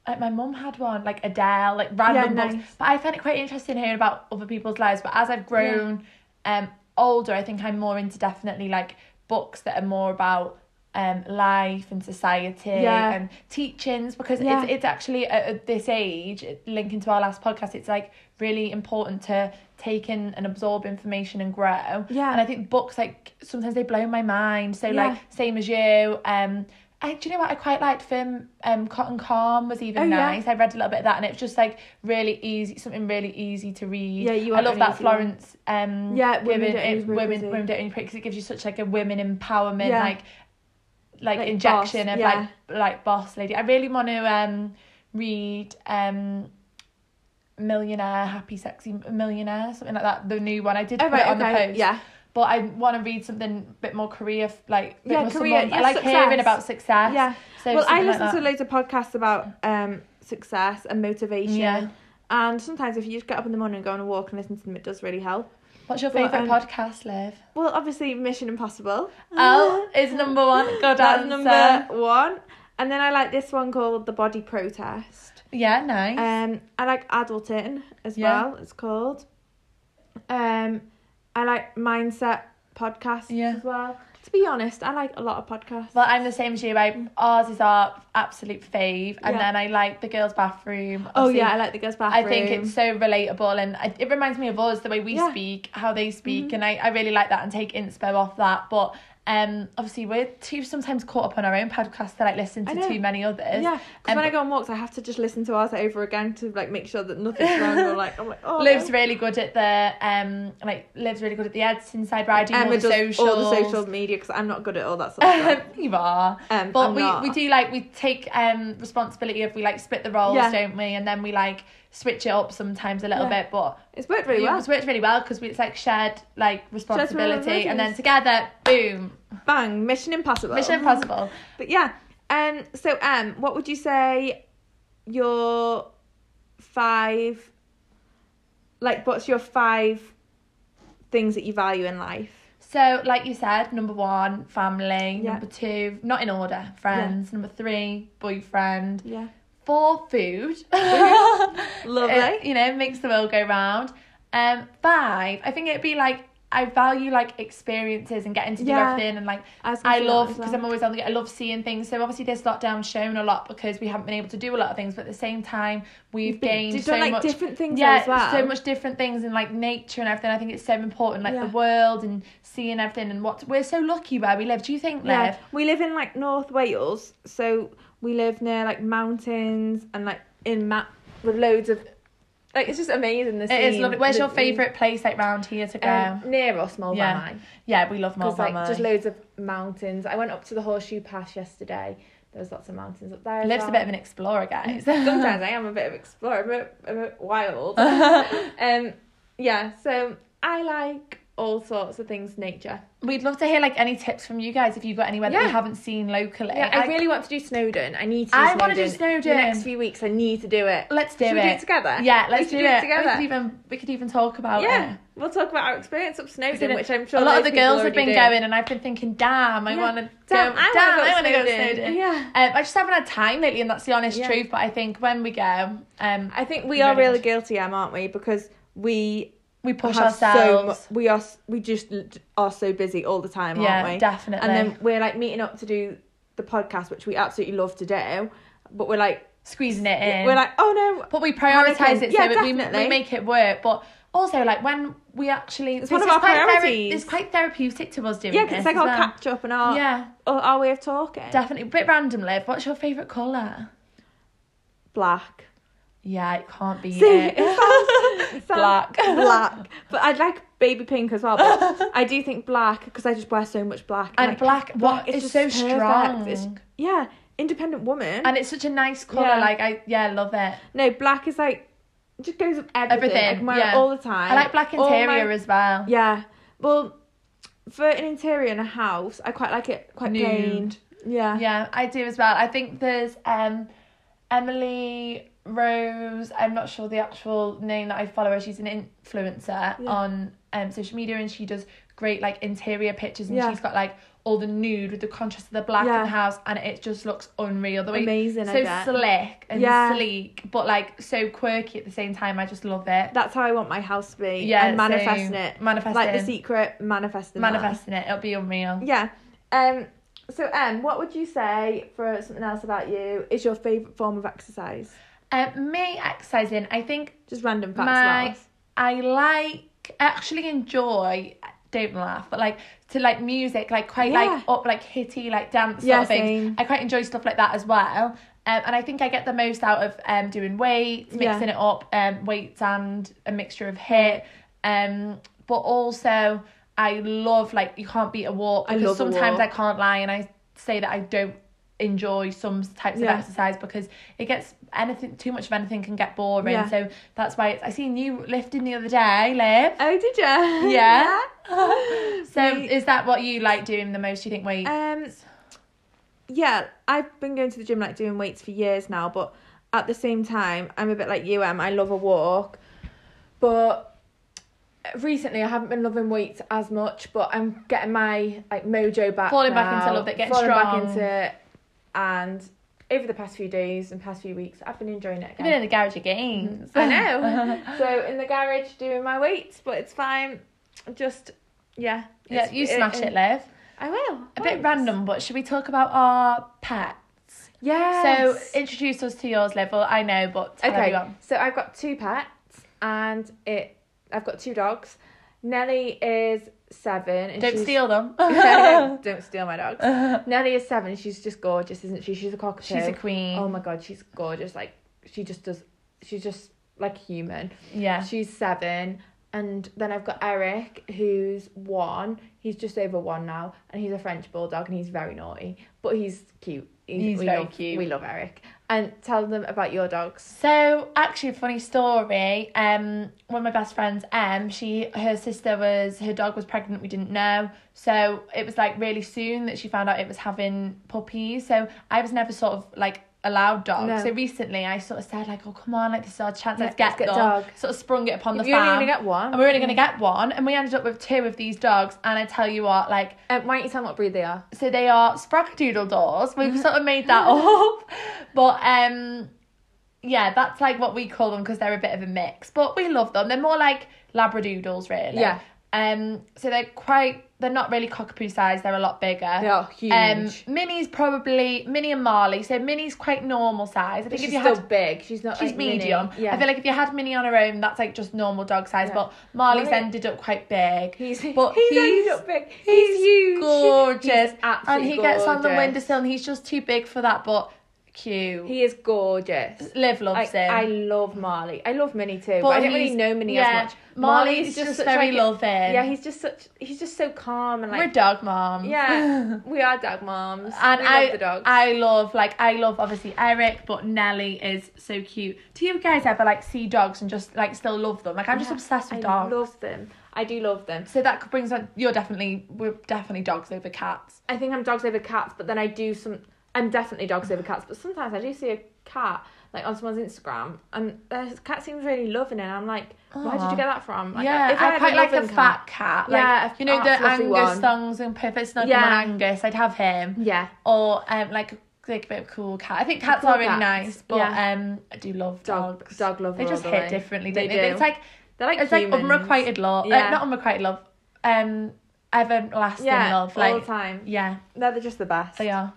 Speaker 1: Like my mum had one, like Adele, like random
Speaker 2: Yeah,
Speaker 1: books.
Speaker 2: nice.
Speaker 1: But I find it quite interesting hearing about other people's lives. But as I've grown um older, I think I'm more into definitely like books that are more about um life and society
Speaker 2: Yeah.
Speaker 1: and um, teachings because
Speaker 2: Yeah.
Speaker 1: it's it's actually at, at this age linking to our last podcast it's like really important to take in and absorb information and grow
Speaker 2: Yeah.
Speaker 1: and i think books like sometimes they blow my mind so
Speaker 2: Yeah.
Speaker 1: like same as you um I, do you know what I quite liked film um Cotton Calm was even
Speaker 2: Oh, yeah.
Speaker 1: nice. I read a little bit of that and it's just like really easy something really easy to read.
Speaker 2: Yeah, you
Speaker 1: I
Speaker 2: are
Speaker 1: love
Speaker 2: an
Speaker 1: that
Speaker 2: easy one.
Speaker 1: Florence um
Speaker 2: Yeah, Women
Speaker 1: women
Speaker 2: Don't Use
Speaker 1: it, women
Speaker 2: Pregnancy.
Speaker 1: women don't use because it gives you such like a women empowerment
Speaker 2: Yeah.
Speaker 1: like like,
Speaker 2: Like
Speaker 1: injection
Speaker 2: boss,
Speaker 1: of
Speaker 2: yeah.
Speaker 1: like like boss lady. I really want to um read um millionaire happy sexy millionaire something like that the new one I did
Speaker 2: Oh,
Speaker 1: put
Speaker 2: right,
Speaker 1: it on the
Speaker 2: okay,
Speaker 1: post
Speaker 2: yeah.
Speaker 1: but I want to read something a bit more career f- like bit
Speaker 2: Yeah,
Speaker 1: more
Speaker 2: career,
Speaker 1: someone-
Speaker 2: yeah,
Speaker 1: I like
Speaker 2: success.
Speaker 1: hearing about success
Speaker 2: Yeah.
Speaker 1: so
Speaker 2: well, I
Speaker 1: something like
Speaker 2: listen to
Speaker 1: that.
Speaker 2: loads of podcasts about um success and motivation.
Speaker 1: Yeah.
Speaker 2: And sometimes if you just get up in the morning and go on a walk and listen to them, it does really help.
Speaker 1: what's your
Speaker 2: well,
Speaker 1: favourite
Speaker 2: um,
Speaker 1: podcast Liv
Speaker 2: Well, obviously Mission Impossible.
Speaker 1: Oh, L is number one good
Speaker 2: Ah. That's
Speaker 1: answer
Speaker 2: number one. And then I like this one called The Body Protest.
Speaker 1: yeah nice
Speaker 2: Um, I like Adulting as
Speaker 1: Yeah.
Speaker 2: well. It's called. Um, I like mindset podcasts
Speaker 1: Yeah.
Speaker 2: as well. To be honest, I like a lot of podcasts.
Speaker 1: Well, I'm the same as you. I, ours is our absolute fave, and
Speaker 2: Yeah.
Speaker 1: then I like the girls' bathroom.
Speaker 2: oh
Speaker 1: Obviously,
Speaker 2: yeah, I like the girls'
Speaker 1: I
Speaker 2: bathroom.
Speaker 1: think it's so relatable, and I, it reminds me of us the way we
Speaker 2: Yeah. Mm-hmm.
Speaker 1: speak, how they speak, and I, I really like that and take inspo off that. But um, obviously we're too sometimes caught up on our own podcasts to like listen
Speaker 2: I
Speaker 1: to
Speaker 2: know.
Speaker 1: too many others.
Speaker 2: Yeah, 'cause
Speaker 1: Um,
Speaker 2: when I go on walks, I have to just listen to ours over again to like make sure that nothing's wrong. Or like I'm like, oh,
Speaker 1: Liv's really good at the um like Liv's really good at the editing side, but I do
Speaker 2: Emma
Speaker 1: all the
Speaker 2: does
Speaker 1: socials.
Speaker 2: all the social media because I'm not good at all that sort of stuff.
Speaker 1: you are.
Speaker 2: Um,
Speaker 1: But
Speaker 2: I'm
Speaker 1: we,
Speaker 2: not.
Speaker 1: we do like we take um responsibility if we like split the roles,
Speaker 2: Yeah.
Speaker 1: don't we? And then we like switch it up sometimes a little
Speaker 2: Yeah.
Speaker 1: bit, but
Speaker 2: It's worked really
Speaker 1: it
Speaker 2: well.
Speaker 1: was worked really well because it's like shared like responsibility, and then
Speaker 2: responsibilities.
Speaker 1: together, boom,
Speaker 2: Bang, Mission Impossible. Mm-hmm.
Speaker 1: Mission Impossible.
Speaker 2: But yeah, um, so um, what would you say your five, like, what's your five things that you value in life?
Speaker 1: So, like you said, number one, family.
Speaker 2: Yeah.
Speaker 1: Number two, not in order, friends. Number three, boyfriend.
Speaker 2: Yeah,
Speaker 1: Four, food. [LAUGHS] Uh,
Speaker 2: lovely.
Speaker 1: It, you know, makes the world go round. Um, five, I think it'd be like I value like experiences and getting to do
Speaker 2: Yeah.
Speaker 1: everything and like
Speaker 2: was gonna
Speaker 1: I
Speaker 2: say that
Speaker 1: love
Speaker 2: as
Speaker 1: because
Speaker 2: well.
Speaker 1: I'm always on the I love seeing things. So obviously this lockdown's shown a lot because we haven't been able to do a lot of things, but at the same time we've
Speaker 2: Been-
Speaker 1: gained
Speaker 2: you've
Speaker 1: so
Speaker 2: done, like,
Speaker 1: much
Speaker 2: different things
Speaker 1: Yeah,
Speaker 2: as well.
Speaker 1: so much different things and like nature and everything. I think it's so important, like
Speaker 2: Yeah.
Speaker 1: the world and seeing everything and what we're so lucky where we live. Do you think,
Speaker 2: Yeah,
Speaker 1: Liv?
Speaker 2: we live in like North Wales, so we live near like mountains and like in map with loads of like it's just amazing. The
Speaker 1: It is
Speaker 2: scene,
Speaker 1: lovely. Where's
Speaker 2: the-
Speaker 1: your favourite place like round here to go?
Speaker 2: Um, near us, Mulvaney.
Speaker 1: Yeah. yeah, we love
Speaker 2: Because
Speaker 1: Mulvaney.
Speaker 2: like just loads of mountains. I went up to the Horseshoe Pass yesterday. There was lots of mountains up there. as
Speaker 1: Liv's
Speaker 2: well.
Speaker 1: a bit of an explorer,
Speaker 2: [LAUGHS]
Speaker 1: guys.
Speaker 2: Sometimes I am a bit of explorer, I'm a bit, I'm a bit wild. um, yeah. So I like all sorts of things nature.
Speaker 1: [LAUGHS] We'd love to hear like any tips from you guys if you've got anywhere that
Speaker 2: Yeah.
Speaker 1: you haven't seen locally.
Speaker 2: Yeah, I, really want to do Snowdon. I need to. Do
Speaker 1: I wanna do
Speaker 2: Snowdon. The
Speaker 1: Snowdon.
Speaker 2: next few weeks, I need to do it.
Speaker 1: let's do
Speaker 2: Should
Speaker 1: it.
Speaker 2: we do it together?
Speaker 1: Yeah, let's
Speaker 2: [LAUGHS] We should
Speaker 1: do,
Speaker 2: do it
Speaker 1: it
Speaker 2: together.
Speaker 1: We could even we could even talk about
Speaker 2: yeah,
Speaker 1: it.
Speaker 2: we'll talk about our experience up Snowdon,
Speaker 1: Isn't it-
Speaker 2: which I'm sure
Speaker 1: a lot of
Speaker 2: loads
Speaker 1: the
Speaker 2: people
Speaker 1: girls have been
Speaker 2: already do.
Speaker 1: going, and I've been thinking, damn, I
Speaker 2: Yeah.
Speaker 1: want to go.
Speaker 2: Damn, I wanna
Speaker 1: damn,
Speaker 2: go to
Speaker 1: I want to go to
Speaker 2: Snowdon.
Speaker 1: Snowdon.
Speaker 2: Yeah.
Speaker 1: Um, I just haven't had time lately, and that's the honest
Speaker 2: Yeah.
Speaker 1: truth. But I think when we go, um,
Speaker 2: I think we
Speaker 1: Really
Speaker 2: are really
Speaker 1: good.
Speaker 2: guilty, Em, aren't we? Because we
Speaker 1: we push
Speaker 2: have so
Speaker 1: ourselves.
Speaker 2: much. We are s- we just l- are so busy all the time,
Speaker 1: yeah,
Speaker 2: aren't we?
Speaker 1: definitely.
Speaker 2: And then we're like meeting up to do the podcast, which we absolutely love to do. But we're like
Speaker 1: squeezing it in.
Speaker 2: we're like, oh no,
Speaker 1: but we prioritize
Speaker 2: Panicking.
Speaker 1: it
Speaker 2: Yeah,
Speaker 1: so that we,
Speaker 2: definitely.
Speaker 1: we make it work. But also, like when we actually,
Speaker 2: It's one
Speaker 1: this
Speaker 2: of
Speaker 1: is
Speaker 2: our
Speaker 1: quite thera-
Speaker 2: priorities.
Speaker 1: it's quite therapeutic to us doing
Speaker 2: yeah, 'cause
Speaker 1: this.
Speaker 2: it's like
Speaker 1: as
Speaker 2: our
Speaker 1: well.
Speaker 2: catch up and our
Speaker 1: Yeah,
Speaker 2: our- our way of talking.
Speaker 1: definitely. Bit random, Liv. What's your favourite colour? [LAUGHS]
Speaker 2: Black.
Speaker 1: Yeah, it can't be
Speaker 2: See,
Speaker 1: it.
Speaker 2: it sounds- it sounds
Speaker 1: Black.
Speaker 2: black. But I'd like baby pink as well. But I do think black because I just wear so much black.
Speaker 1: And
Speaker 2: like,
Speaker 1: black,
Speaker 2: black
Speaker 1: what
Speaker 2: is
Speaker 1: it's
Speaker 2: just
Speaker 1: so
Speaker 2: perfect.
Speaker 1: strong.
Speaker 2: It's- yeah, independent woman.
Speaker 1: and it's such a nice colour,
Speaker 2: Yeah.
Speaker 1: like I yeah, I love it.
Speaker 2: no, black is like it just goes with everything.
Speaker 1: Everything,
Speaker 2: I can wear it
Speaker 1: yeah.
Speaker 2: all the time.
Speaker 1: I like black
Speaker 2: All my-
Speaker 1: interior as well.
Speaker 2: Yeah. Well, for an interior in a house, I quite like it quite
Speaker 1: Nude.
Speaker 2: plain. Yeah.
Speaker 1: Yeah, I do as well. I think there's um Emily Rose, I'm not sure the actual name that I follow her. She's an influencer
Speaker 2: Yeah.
Speaker 1: on um social media and she does great like interior pictures and
Speaker 2: Yeah.
Speaker 1: she's got like all the nude with the contrast of the black
Speaker 2: Yeah.
Speaker 1: in the house and it just looks unreal. The way
Speaker 2: Amazing. I
Speaker 1: so
Speaker 2: bet.
Speaker 1: slick and
Speaker 2: Yeah.
Speaker 1: sleek, but like so quirky at the same time. I just love it.
Speaker 2: That's how I want my house to be.
Speaker 1: Yeah,
Speaker 2: And manifesting
Speaker 1: same.
Speaker 2: it.
Speaker 1: Manifesting.
Speaker 2: Like the secret, manifesting. that.
Speaker 1: manifesting it. It'll be unreal.
Speaker 2: Yeah. Um. So, Em, what would you say for something else about you is your favourite form of exercise?
Speaker 1: Um, me exercising, I think
Speaker 2: Just random facts.
Speaker 1: My-
Speaker 2: Miles.
Speaker 1: I like I actually enjoy. Don't laugh, but like to like music, like quite
Speaker 2: Yeah.
Speaker 1: like up, like hitty, like dance sort
Speaker 2: Yeah,
Speaker 1: of things.
Speaker 2: same.
Speaker 1: I quite enjoy stuff like that as well. Um, and I think I get the most out of um doing weights,
Speaker 2: Yeah.
Speaker 1: mixing it up, um weights and a mixture of hit. Um, but also I love like you can't beat a walk
Speaker 2: I
Speaker 1: because
Speaker 2: love a
Speaker 1: sometimes I
Speaker 2: walk.
Speaker 1: can't lie and I say that I don't enjoy some types
Speaker 2: Yeah.
Speaker 1: of exercise because it gets anything too much of anything can get boring.
Speaker 2: Yeah.
Speaker 1: So that's why it's, I seen you lifting the other day, Liv.
Speaker 2: Oh, did you?
Speaker 1: Yeah. So
Speaker 2: We-
Speaker 1: is that what you like doing the most? You think weight?
Speaker 2: Um, yeah, I've been going to the gym like doing weights for years now, but at the same time, I'm a bit like you, Em. I love a walk, but recently I haven't been loving weights as much. But I'm getting my like mojo back,
Speaker 1: Falling back
Speaker 2: now,
Speaker 1: into love it, getting
Speaker 2: falling back
Speaker 1: strong.
Speaker 2: into it, and over the past few days and past few weeks, I've been enjoying it.
Speaker 1: You've been
Speaker 2: Again.
Speaker 1: in the garage again.
Speaker 2: [LAUGHS] I know. so in the garage doing my weights, but it's fine. Just yeah,
Speaker 1: [LAUGHS] yeah,
Speaker 2: it's-
Speaker 1: you smash it, Liv.
Speaker 2: I will.
Speaker 1: A bit
Speaker 2: Thanks.
Speaker 1: random, but should we talk about our pet?
Speaker 2: Yeah.
Speaker 1: So introduce us to yours, Liv. Well, I know, but tell
Speaker 2: okay.
Speaker 1: everyone.
Speaker 2: So I've got two pets, and it. I've got two dogs. Nelly is seven. And
Speaker 1: Don't
Speaker 2: she's-
Speaker 1: steal [LAUGHS] them.
Speaker 2: [LAUGHS] Don't steal my
Speaker 1: [LAUGHS]
Speaker 2: dog. Nelly is seven. She's just gorgeous, isn't she? She's a cockatoo.
Speaker 1: She's a queen.
Speaker 2: Oh my god, she's gorgeous. Like she just does. She's just like human.
Speaker 1: yeah.
Speaker 2: She's seven. And then I've got Eric, who's one. He's just over one now, and he's a French bulldog, and he's very naughty, but he's cute.
Speaker 1: He's very
Speaker 2: love,
Speaker 1: cute.
Speaker 2: We love Eric. And tell them about your dogs.
Speaker 1: So actually, a funny story. Um, one of my best friends, Em, she her sister was her dog was pregnant. We didn't know, so it was like really soon that she found out it was having puppies. So I was never sort of like allowed dogs.
Speaker 2: No.
Speaker 1: So recently, I sort of said like, "Oh come on, like this is our chance.
Speaker 2: Yeah,
Speaker 1: Let's get,
Speaker 2: let's get
Speaker 1: them."
Speaker 2: dog.
Speaker 1: Sort of sprung it upon the
Speaker 2: You're only
Speaker 1: farm.
Speaker 2: gonna get one.
Speaker 1: and we we're only gonna get one, and we ended up with two of these dogs. And I tell you what, like
Speaker 2: Um, why don't you tell me what breed they are?
Speaker 1: so they are spragadoodle doors. We've sort of made that
Speaker 2: [LAUGHS]
Speaker 1: up, but um, yeah, that's like what we call them because they're a bit of a mix. But we love them. They're more like labradoodles, really.
Speaker 2: Yeah.
Speaker 1: Um. So they're quite. They're not really cockapoo sized. They're a lot bigger.
Speaker 2: They are huge.
Speaker 1: Um, Minnie's probably Minnie and Marley. So Minnie's quite normal size. I think
Speaker 2: she's
Speaker 1: if you
Speaker 2: still
Speaker 1: had
Speaker 2: big. She's not.
Speaker 1: she's
Speaker 2: like, mini.
Speaker 1: medium.
Speaker 2: Yeah.
Speaker 1: I feel like if you had Minnie on her own, that's like just normal dog size.
Speaker 2: Yeah.
Speaker 1: But Marley's
Speaker 2: Marley-
Speaker 1: ended up quite big.
Speaker 2: He's
Speaker 1: [LAUGHS] but
Speaker 2: he's,
Speaker 1: he's-
Speaker 2: ended up big. He's, huge.
Speaker 1: gorgeous.
Speaker 2: He's
Speaker 1: and
Speaker 2: absolutely
Speaker 1: he gets on the
Speaker 2: gorgeous.
Speaker 1: windowsill and he's just too big for that, but cute.
Speaker 2: He is gorgeous.
Speaker 1: Liv loves
Speaker 2: Like,
Speaker 1: him.
Speaker 2: I love Marley. I love Minnie too, but, I don't really
Speaker 1: he's-
Speaker 2: know Minnie
Speaker 1: yeah,
Speaker 2: as much.
Speaker 1: Marley's just
Speaker 2: such,
Speaker 1: very
Speaker 2: like, a-
Speaker 1: loving.
Speaker 2: Yeah, he's just such. He's just so calm and
Speaker 1: We're
Speaker 2: like.
Speaker 1: dog moms. [LAUGHS]
Speaker 2: yeah, we are dog moms.
Speaker 1: And
Speaker 2: we
Speaker 1: I,
Speaker 2: love the dogs.
Speaker 1: I love like I love obviously Eric, but Nelly is so cute. Do you guys ever like see dogs and just like still love them? Like I'm just
Speaker 2: Yeah,
Speaker 1: obsessed with
Speaker 2: I
Speaker 1: dogs.
Speaker 2: love them. I do love them.
Speaker 1: so that brings on you're definitely we're definitely dogs over cats.
Speaker 2: I think I'm dogs over cats, but then I do some. I'm definitely dogs over cats, but sometimes I do see a cat like on someone's Instagram, and the cat seems really loving it. And I'm like, where did
Speaker 1: Aw.
Speaker 2: you get that from? Like,
Speaker 1: yeah, I,
Speaker 2: had a
Speaker 1: quite like the
Speaker 2: loving
Speaker 1: fat cat. Like,
Speaker 2: Yeah, a
Speaker 1: you know the
Speaker 2: fat, fluffy
Speaker 1: Angus
Speaker 2: one.
Speaker 1: songs and perfect snuggle
Speaker 2: Yeah.
Speaker 1: on Angus. I'd have him.
Speaker 2: yeah,
Speaker 1: or um like like a bit of cool cat. I think cats
Speaker 2: Cool
Speaker 1: are really
Speaker 2: cats,
Speaker 1: nice, but
Speaker 2: yeah.
Speaker 1: um I do love
Speaker 2: Dog-
Speaker 1: dogs.
Speaker 2: dog lover
Speaker 1: They just
Speaker 2: all the
Speaker 1: hit
Speaker 2: way.
Speaker 1: differently,
Speaker 2: They
Speaker 1: don't they?
Speaker 2: do.
Speaker 1: It's like
Speaker 2: they're like
Speaker 1: it's like oh,
Speaker 2: humans.
Speaker 1: unrequited love.
Speaker 2: Yeah.
Speaker 1: Uh, not unrequited love. Um everlasting
Speaker 2: yeah,
Speaker 1: love.
Speaker 2: all
Speaker 1: Like Oh,
Speaker 2: the time.
Speaker 1: yeah,
Speaker 2: No, they're just the best.
Speaker 1: they are.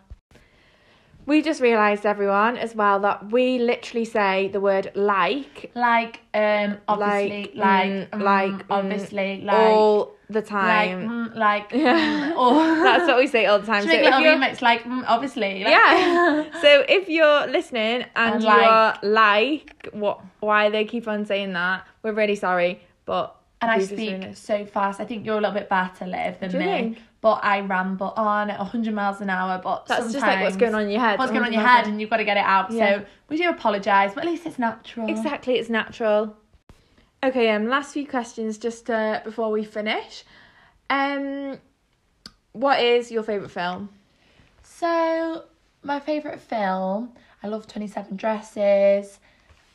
Speaker 2: We just realised, everyone, as well, that we literally say the word like
Speaker 1: Like um obviously like
Speaker 2: Like,
Speaker 1: like,
Speaker 2: mm,
Speaker 1: mm,
Speaker 2: like, mm,
Speaker 1: obviously like
Speaker 2: all the
Speaker 1: like
Speaker 2: time.
Speaker 1: mm, like
Speaker 2: Yeah.
Speaker 1: mm, or
Speaker 2: [LAUGHS] That's what we say all the time.
Speaker 1: [LAUGHS] Should
Speaker 2: So
Speaker 1: we make
Speaker 2: if
Speaker 1: little
Speaker 2: you're-
Speaker 1: remix like mm, obviously like, [LAUGHS]
Speaker 2: yeah. so if you're listening and,
Speaker 1: And
Speaker 2: you
Speaker 1: like-
Speaker 2: are like, what? Why they keep on saying that? We're really sorry, but
Speaker 1: And I
Speaker 2: we've just
Speaker 1: speak
Speaker 2: realised-
Speaker 1: so fast. I think you're a little bit better, Liv, than
Speaker 2: Do you
Speaker 1: me.
Speaker 2: think?
Speaker 1: But I ramble on at 100 miles an hour. But
Speaker 2: That's just like what's going on in your head.
Speaker 1: What's going on in your
Speaker 2: 100%.
Speaker 1: head, and you've got to get it out.
Speaker 2: Yeah.
Speaker 1: So we do apologise, but at least it's natural.
Speaker 2: Exactly, it's natural. Okay, um, last few questions just uh, before we finish. Um, what is your favorite film?
Speaker 1: So my favourite film, I love 27 Dresses,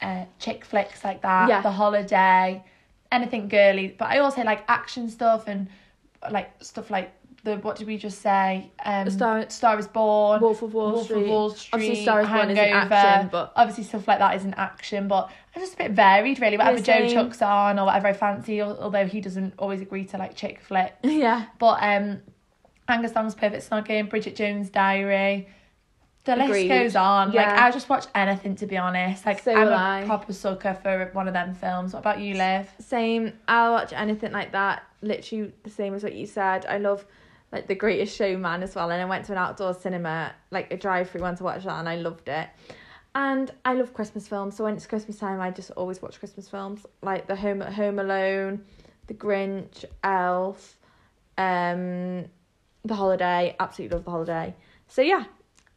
Speaker 1: uh, chick flicks like that,
Speaker 2: Yeah.
Speaker 1: The Holiday, anything girly. But I also like action stuff and like stuff like the, what did we just say? Um,
Speaker 2: Star-
Speaker 1: Star is Born.
Speaker 2: Wolf of Wall
Speaker 1: Wolf
Speaker 2: Street.
Speaker 1: of Wall Street.
Speaker 2: Obviously, Star is Born isn't
Speaker 1: Hangover.
Speaker 2: action, but-
Speaker 1: obviously stuff like that isn't action, but I'm just a bit varied really. Whatever Joe
Speaker 2: same.
Speaker 1: chucks on or whatever I fancy, al- although he doesn't always agree to like chick flick.
Speaker 2: yeah,
Speaker 1: But um, Angus Song's Perfect Snogging, Bridget Jones' Diary. The list
Speaker 2: Agreed.
Speaker 1: goes on. Like
Speaker 2: Yeah.
Speaker 1: I just watch anything to be honest. Like
Speaker 2: So
Speaker 1: I'm
Speaker 2: will
Speaker 1: a
Speaker 2: I.
Speaker 1: proper sucker for one of them films. What about you, Liv?
Speaker 2: same. I'll watch anything like that. Literally the same as what you said. I love like The Greatest Showman as well. And I went to an outdoor cinema, like a drive-through one to watch that, and I loved it. And I love Christmas films. So when it's Christmas time, I just always watch Christmas films like the Home Home Alone, The Grinch, Elf, um, The Holiday. Absolutely love The Holiday. So yeah,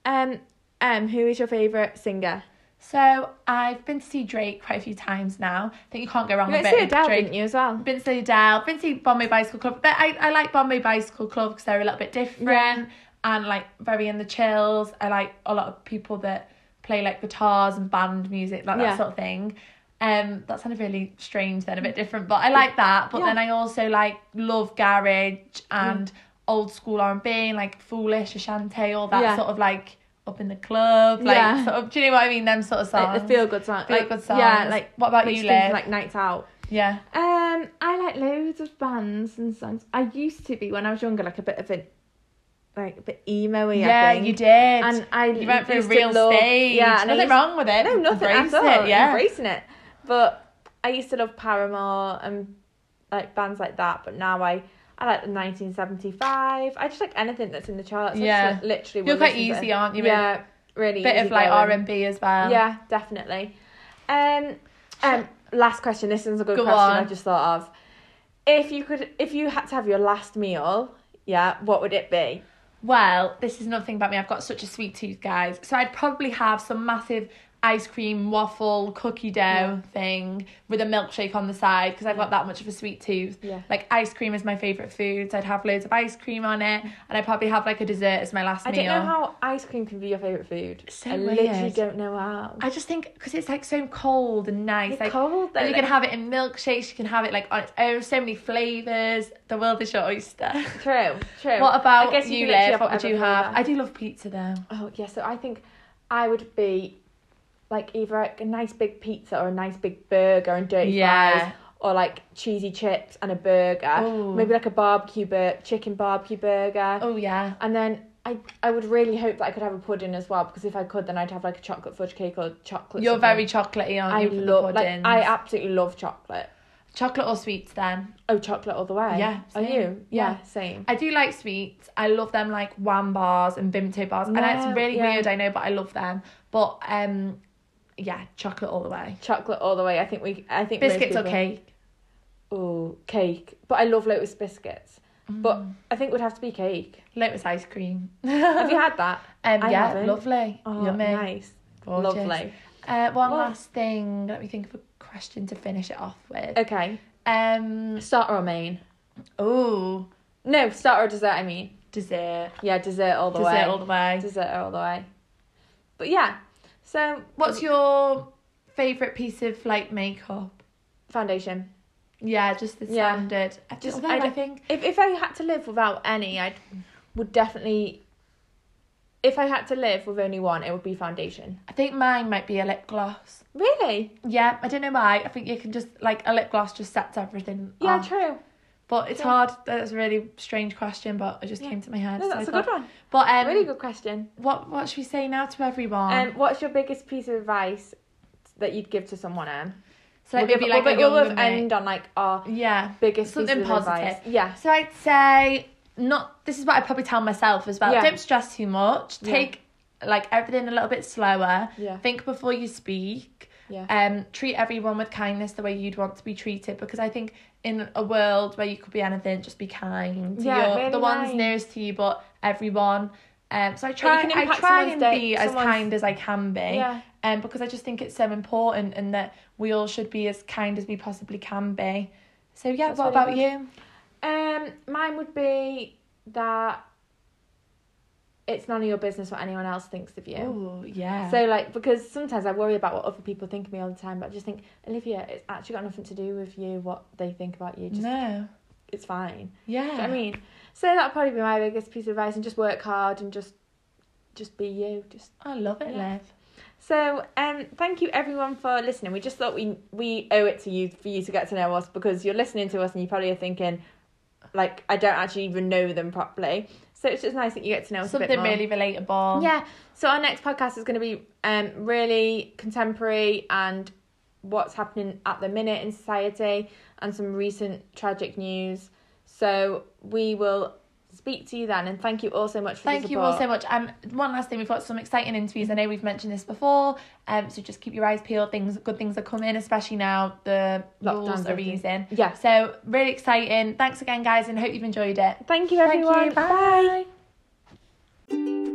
Speaker 2: um, um, who is your favorite singer?
Speaker 1: So I've been to see Drake quite a few times now. I think you can't go wrong
Speaker 2: You
Speaker 1: with
Speaker 2: went
Speaker 1: a bit
Speaker 2: to see
Speaker 1: of
Speaker 2: Adele,
Speaker 1: Drake.
Speaker 2: didn't you as well?
Speaker 1: Been to Adele, been to Bombay Bicycle Club. But I, I like Bombay Bicycle Club because they're a little bit different
Speaker 2: Yeah.
Speaker 1: and like very in the chills. I like a lot of people that play like guitars and band music, like
Speaker 2: Yeah.
Speaker 1: that sort of thing. Um, that sounded really strange then, a bit different, but I like that. But
Speaker 2: Yeah. Mm.
Speaker 1: then I also like love garage and old school R and B, like Foolish, Ashante, all that
Speaker 2: Yeah.
Speaker 1: sort of like up in the club, like
Speaker 2: Yeah.
Speaker 1: sort of. Do you know what I mean? Them sort of songs,
Speaker 2: Like the feel good song.
Speaker 1: Feel
Speaker 2: like,
Speaker 1: good songs.
Speaker 2: Yeah, like
Speaker 1: What about
Speaker 2: makes
Speaker 1: you,
Speaker 2: think of,
Speaker 1: Liv?
Speaker 2: Like nights out.
Speaker 1: yeah.
Speaker 2: Um, I like loads of bands and songs. I used to be when I was younger, like a bit of an, like a bit emo.
Speaker 1: Yeah, you did.
Speaker 2: And I
Speaker 1: you went through a
Speaker 2: used to
Speaker 1: real
Speaker 2: love-
Speaker 1: stage.
Speaker 2: Yeah, and I
Speaker 1: nothing
Speaker 2: used-
Speaker 1: wrong with it.
Speaker 2: No, nothing
Speaker 1: Embrace
Speaker 2: at all.
Speaker 1: It, yeah,
Speaker 2: embracing it. But I used to love Paramore and like bands like that, but now I I like the 1975. I just like anything that's in the charts. I just,
Speaker 1: Yeah.
Speaker 2: like, literally. will
Speaker 1: You're quite
Speaker 2: listen to
Speaker 1: easy,
Speaker 2: it.
Speaker 1: aren't you? really?
Speaker 2: Yeah, really.
Speaker 1: Bit of like R
Speaker 2: easygoing.
Speaker 1: and B as well.
Speaker 2: Yeah, definitely. Um, um, last question. This one's a good
Speaker 1: Go
Speaker 2: question.
Speaker 1: on.
Speaker 2: I just thought of. If you could, if you had to have your last meal, yeah, what would it be?
Speaker 1: Well, this is another thing about me. I've got such a sweet tooth, guys. So I'd probably have some massive ice cream, waffle, cookie dough thing with a milkshake on the side because I've got that much of a sweet tooth.
Speaker 2: Yeah.
Speaker 1: Like ice cream is my favourite food, so I'd have loads of ice cream on it, and I'd probably have like a dessert as my last
Speaker 2: I
Speaker 1: meal.
Speaker 2: don't know how ice cream can be your favorite food.
Speaker 1: So
Speaker 2: I literally
Speaker 1: weird.
Speaker 2: don't know how.
Speaker 1: I just think because it's like so cold and nice,
Speaker 2: It's
Speaker 1: like.
Speaker 2: cold though.
Speaker 1: And you
Speaker 2: like,
Speaker 1: can have it in milkshakes, you can have it like on its own, so many flavours. The world is your
Speaker 2: [LAUGHS]
Speaker 1: oyster. [LAUGHS]
Speaker 2: True, true.
Speaker 1: What about
Speaker 2: I guess
Speaker 1: you,
Speaker 2: can literally
Speaker 1: Liv? What would
Speaker 2: whatever
Speaker 1: you
Speaker 2: flavour.
Speaker 1: have? I do love pizza though.
Speaker 2: Oh yeah, so I think I would be like either like a nice big pizza or a nice big burger and dirty
Speaker 1: Yeah.
Speaker 2: fries. Or like cheesy chips and a burger.
Speaker 1: Ooh.
Speaker 2: Maybe like a barbecue bur- chicken barbecue burger.
Speaker 1: Oh yeah.
Speaker 2: And then I I would really hope that I could have a pudding as well because if I could then I'd have like a chocolate fudge cake or chocolate.
Speaker 1: You're
Speaker 2: something.
Speaker 1: very chocolatey, aren't
Speaker 2: I
Speaker 1: you? for the
Speaker 2: love like
Speaker 1: puddings?
Speaker 2: I absolutely love chocolate.
Speaker 1: chocolate or sweets then.
Speaker 2: Oh, chocolate all the way.
Speaker 1: Yeah,
Speaker 2: Are
Speaker 1: same.
Speaker 2: you?
Speaker 1: Yeah.
Speaker 2: Yeah, same.
Speaker 1: I do like sweets. I love them like wham bars and bimto bars. I know
Speaker 2: No,
Speaker 1: it's really
Speaker 2: yeah.
Speaker 1: weird, I know, but I love them. But um yeah, chocolate all the way.
Speaker 2: Chocolate all the way. I think we. I think most
Speaker 1: Biscuits or
Speaker 2: people-
Speaker 1: cake.
Speaker 2: Oh, cake. But I love Lotus biscuits. But
Speaker 1: Mm.
Speaker 2: I think it would have to be cake.
Speaker 1: [LAUGHS] Lotus ice cream.
Speaker 2: [LAUGHS] Have you had that?
Speaker 1: Um,
Speaker 2: I
Speaker 1: yeah,
Speaker 2: haven't.
Speaker 1: lovely.
Speaker 2: Oh,
Speaker 1: Yummy.
Speaker 2: nice.
Speaker 1: Gorgeous.
Speaker 2: Lovely.
Speaker 1: Uh, one
Speaker 2: Well-
Speaker 1: last thing. Let me think of a question to finish it off with.
Speaker 2: Okay.
Speaker 1: Um.
Speaker 2: Starter or main?
Speaker 1: Oh,
Speaker 2: No, starter or dessert, I mean.
Speaker 1: dessert.
Speaker 2: Yeah, dessert all the
Speaker 1: dessert
Speaker 2: way.
Speaker 1: all the way.
Speaker 2: dessert all the way. But yeah, so
Speaker 1: What's your favorite piece of like makeup?
Speaker 2: foundation?
Speaker 1: Yeah, just the
Speaker 2: Yeah.
Speaker 1: standard. I
Speaker 2: Just-
Speaker 1: just, I,
Speaker 2: I d-
Speaker 1: think.
Speaker 2: If, if I had to live without any, I would definitely. If I had to live with only one, it would be foundation.
Speaker 1: I think mine might be a lip gloss.
Speaker 2: Really?
Speaker 1: Yeah, I don't know why. I think you can just like a lip gloss just sets everything.
Speaker 2: Yeah,
Speaker 1: off.
Speaker 2: true.
Speaker 1: but it's
Speaker 2: yeah.
Speaker 1: hard. That's a really strange question, but it just
Speaker 2: Yeah.
Speaker 1: came to my head.
Speaker 2: No,
Speaker 1: so I
Speaker 2: that's a
Speaker 1: thought-
Speaker 2: good one.
Speaker 1: But um,
Speaker 2: really good question.
Speaker 1: what what should we say now to everyone?
Speaker 2: Um, what's your biggest piece of advice that you'd give to someone? Em?
Speaker 1: so like
Speaker 2: we'll
Speaker 1: maybe
Speaker 2: give,
Speaker 1: like
Speaker 2: we'll,
Speaker 1: a
Speaker 2: be- we'll
Speaker 1: younger me.
Speaker 2: end on like our
Speaker 1: Yeah.
Speaker 2: biggest
Speaker 1: Something
Speaker 2: piece of advice.
Speaker 1: positive.
Speaker 2: Yeah,
Speaker 1: So I'd say not. This is what I probably tell myself as well.
Speaker 2: Yeah.
Speaker 1: Don't stress too much.
Speaker 2: Yeah.
Speaker 1: Take like everything a little bit slower.
Speaker 2: yeah,
Speaker 1: Think before you speak.
Speaker 2: yeah,
Speaker 1: Um, treat everyone with kindness the way you'd want to be treated because I think in a world where you could be anything, just be kind. to
Speaker 2: Yeah,
Speaker 1: your-
Speaker 2: really
Speaker 1: the ones
Speaker 2: nice.
Speaker 1: nearest to you, but everyone. Um, so I try.
Speaker 2: can
Speaker 1: I
Speaker 2: impact
Speaker 1: try
Speaker 2: someone's
Speaker 1: and
Speaker 2: day-
Speaker 1: be as
Speaker 2: someone's-
Speaker 1: kind as I can be.
Speaker 2: yeah.
Speaker 1: Um, because I just think it's so important, and that we all should be as kind as we possibly can be. So yeah,
Speaker 2: That's
Speaker 1: what
Speaker 2: really
Speaker 1: about
Speaker 2: good.
Speaker 1: you?
Speaker 2: Um, mine would be that it's none of your business what anyone else thinks of you.
Speaker 1: Oh yeah.
Speaker 2: So like because sometimes I worry about what other people think of me all the time, but I just think Olivia, it's actually got nothing to do with you what they think about you. Just
Speaker 1: no.
Speaker 2: it's fine.
Speaker 1: Yeah.
Speaker 2: Do you know what I mean? So that'd probably be my biggest piece of advice, and just work hard and just just be you. Just
Speaker 1: I love it,
Speaker 2: Yeah.
Speaker 1: Liv.
Speaker 2: so um thank you everyone for listening. We just thought we we owe it to you for you to get to know us because you're listening to us and you probably are thinking, like, I don't actually even know them properly. So it's just nice that you get to know us a bit
Speaker 1: Something
Speaker 2: more.
Speaker 1: really relatable.
Speaker 2: Yeah. So our next podcast is going to be um really contemporary and what's happening at the minute in society and some recent tragic news. So we will speak to you then and thank you all so much for the
Speaker 1: Thank you all so
Speaker 2: support.
Speaker 1: much. Um, one last thing, we've got some exciting interviews. I know we've mentioned this before. Um, so just keep your eyes peeled. Things, good things are coming, especially now the rules
Speaker 2: Lockdown's
Speaker 1: are
Speaker 2: lifting.
Speaker 1: easing.
Speaker 2: Yeah.
Speaker 1: So really exciting. Thanks again, guys, and hope you've enjoyed it.
Speaker 2: Thank you everyone.
Speaker 1: Thank you.
Speaker 2: Bye.
Speaker 1: Bye.